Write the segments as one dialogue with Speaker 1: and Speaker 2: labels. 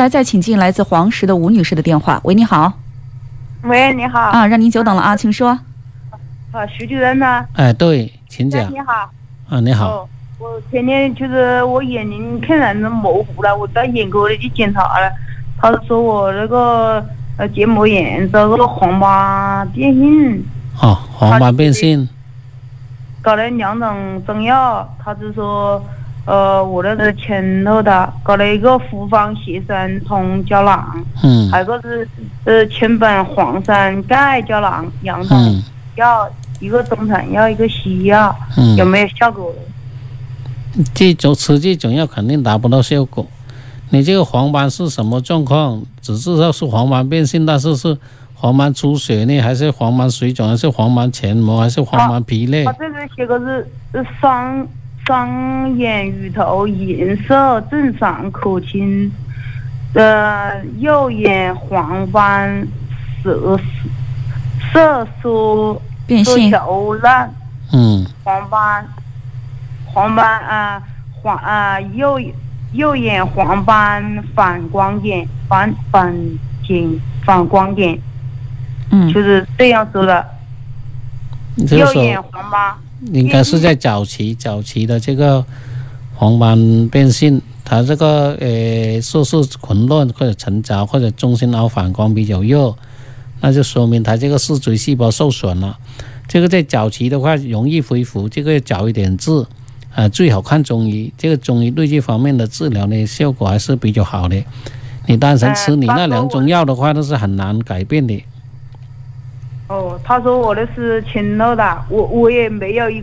Speaker 1: 来，再请进来自黄石的吴女士的电话。喂，你好
Speaker 2: 喂，你好，
Speaker 1: 啊，让您久等了啊，请说。
Speaker 2: 啊，徐主任呢？
Speaker 3: 哎，对，请
Speaker 2: 哎
Speaker 3: 讲
Speaker 2: 你好，
Speaker 3: 啊，你好，
Speaker 2: 哦，我前天就是我眼睛看然是模糊了，我到眼科里去检查了，他说我那个呃结膜炎这个黄斑变性，
Speaker 3: 哦，黄斑变性，
Speaker 2: 搞了两种中药，他就说呃我那个前头的搞了一个复方血栓通胶囊，
Speaker 3: 嗯
Speaker 2: 还有个是呃千本黄山钙胶囊两种
Speaker 3: 嗯
Speaker 2: 药，一个中成药一个西药，有
Speaker 3: 嗯，
Speaker 2: 没有效果？
Speaker 3: 这种吃这种药肯定达不到效果。你这个黄斑是什么状况？只知道是黄斑变性，但是是黄斑出血呢，还是黄斑水肿，还是黄斑前膜，还是黄斑疲累
Speaker 2: 他？这个写个是是双双眼鱼头颜色正常可亲，呃，右眼黄斑色色素
Speaker 1: 变
Speaker 2: 色
Speaker 1: 性，
Speaker 2: 球烂
Speaker 3: 嗯
Speaker 2: 黄斑黄斑啊黄啊右右眼黄斑反光眼反反景反光眼
Speaker 1: 嗯
Speaker 2: 就是这样子的，
Speaker 3: 这个
Speaker 2: 右
Speaker 3: 时
Speaker 2: 眼
Speaker 3: 候
Speaker 2: 黄斑。
Speaker 3: 应该是在早期早期的这个黄斑变性，它这个呃色素混乱或者沉着或者中心凹反光比较弱，那就说明它这个视锥细胞受损了。这个在早期的话容易恢复，这个要早一点治，啊，最好看中医。这个中医对这方面的治疗呢，效果还是比较好的。你单纯吃你那两种药的话，那是很难改变的。
Speaker 2: 哦，他说我的是轻了的，我我也没有一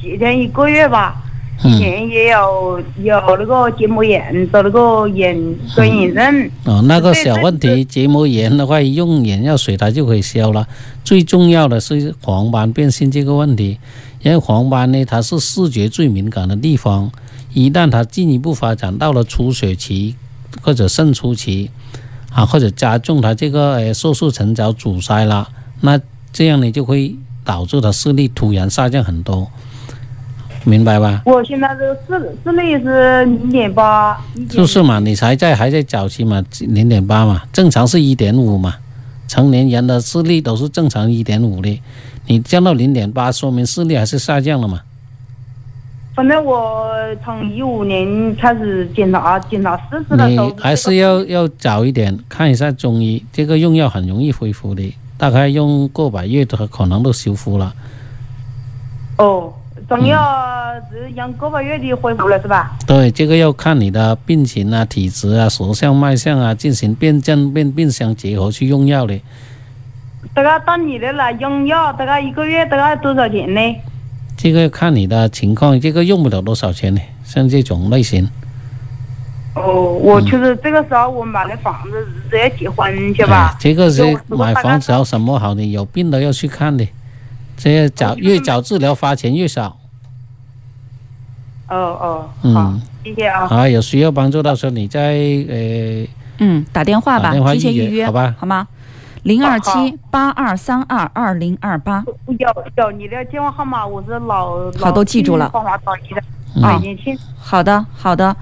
Speaker 2: 几天一个月吧，以
Speaker 3: 嗯，
Speaker 2: 前也有有那个结膜炎的那个眼干眼症，
Speaker 3: 哦，那个
Speaker 2: 对
Speaker 3: 小
Speaker 2: 但
Speaker 3: 问题，结膜炎的话，用眼药水它就可以消了。最重要的是黄斑变性这个问题，因为黄斑呢，它是视觉最敏感的地方，一旦它进一步发展到了出血期或者渗出期，啊，或者加重它这个呃色素沉着阻塞了，那这样呢就会导致它视力突然下降很多，明白吧？
Speaker 2: 我现在这个视视力是零点八，
Speaker 3: 就是嘛，你才在还在早期嘛，零点八嘛，正常是一点五嘛，成年人的视力都是正常一点五的，你降到零点八，说明视力还是下降了嘛。
Speaker 2: 反正我从一五年开始检查检查四次的时候
Speaker 3: 你，还是要要早一点看一下中医，这个用药很容易恢复的，大概用过把月的可能都修复了。
Speaker 2: 哦，中药只养个把月的恢复了是吧？
Speaker 3: 对，这个要看你的病情啊、体质啊、舌象、脉象啊，进行辨证辨病相结合去用药的。
Speaker 2: 大概到你的了，用药大概一个月大概多少钱呢？
Speaker 3: 这个看你的情况，这个用不了多少钱的，像这种类型。
Speaker 2: 哦，
Speaker 1: 嗯
Speaker 2: 我就是这个时候我买的房子是要结婚去吧
Speaker 3: 哎？这个
Speaker 2: 就是我
Speaker 3: 买房子
Speaker 2: 大概
Speaker 3: 要什么好的，有病都要去看的。这个早越早治疗，花钱越少。
Speaker 2: 哦哦，好
Speaker 3: 嗯，，
Speaker 2: 谢谢啊。
Speaker 3: 啊，有需要帮助，到时候你再呃，
Speaker 1: 嗯，打电话吧
Speaker 3: 打电，话
Speaker 1: 提前
Speaker 3: 预约
Speaker 1: 预约，
Speaker 3: 好吧
Speaker 1: 吗？零二
Speaker 2: 好
Speaker 1: 七八二三二二零二八，
Speaker 2: 有有你的电话号码，我是老
Speaker 1: 好都记住了
Speaker 2: 老听光华早一的，
Speaker 3: 嗯
Speaker 1: 啊
Speaker 2: 北京青
Speaker 1: 好的，好的。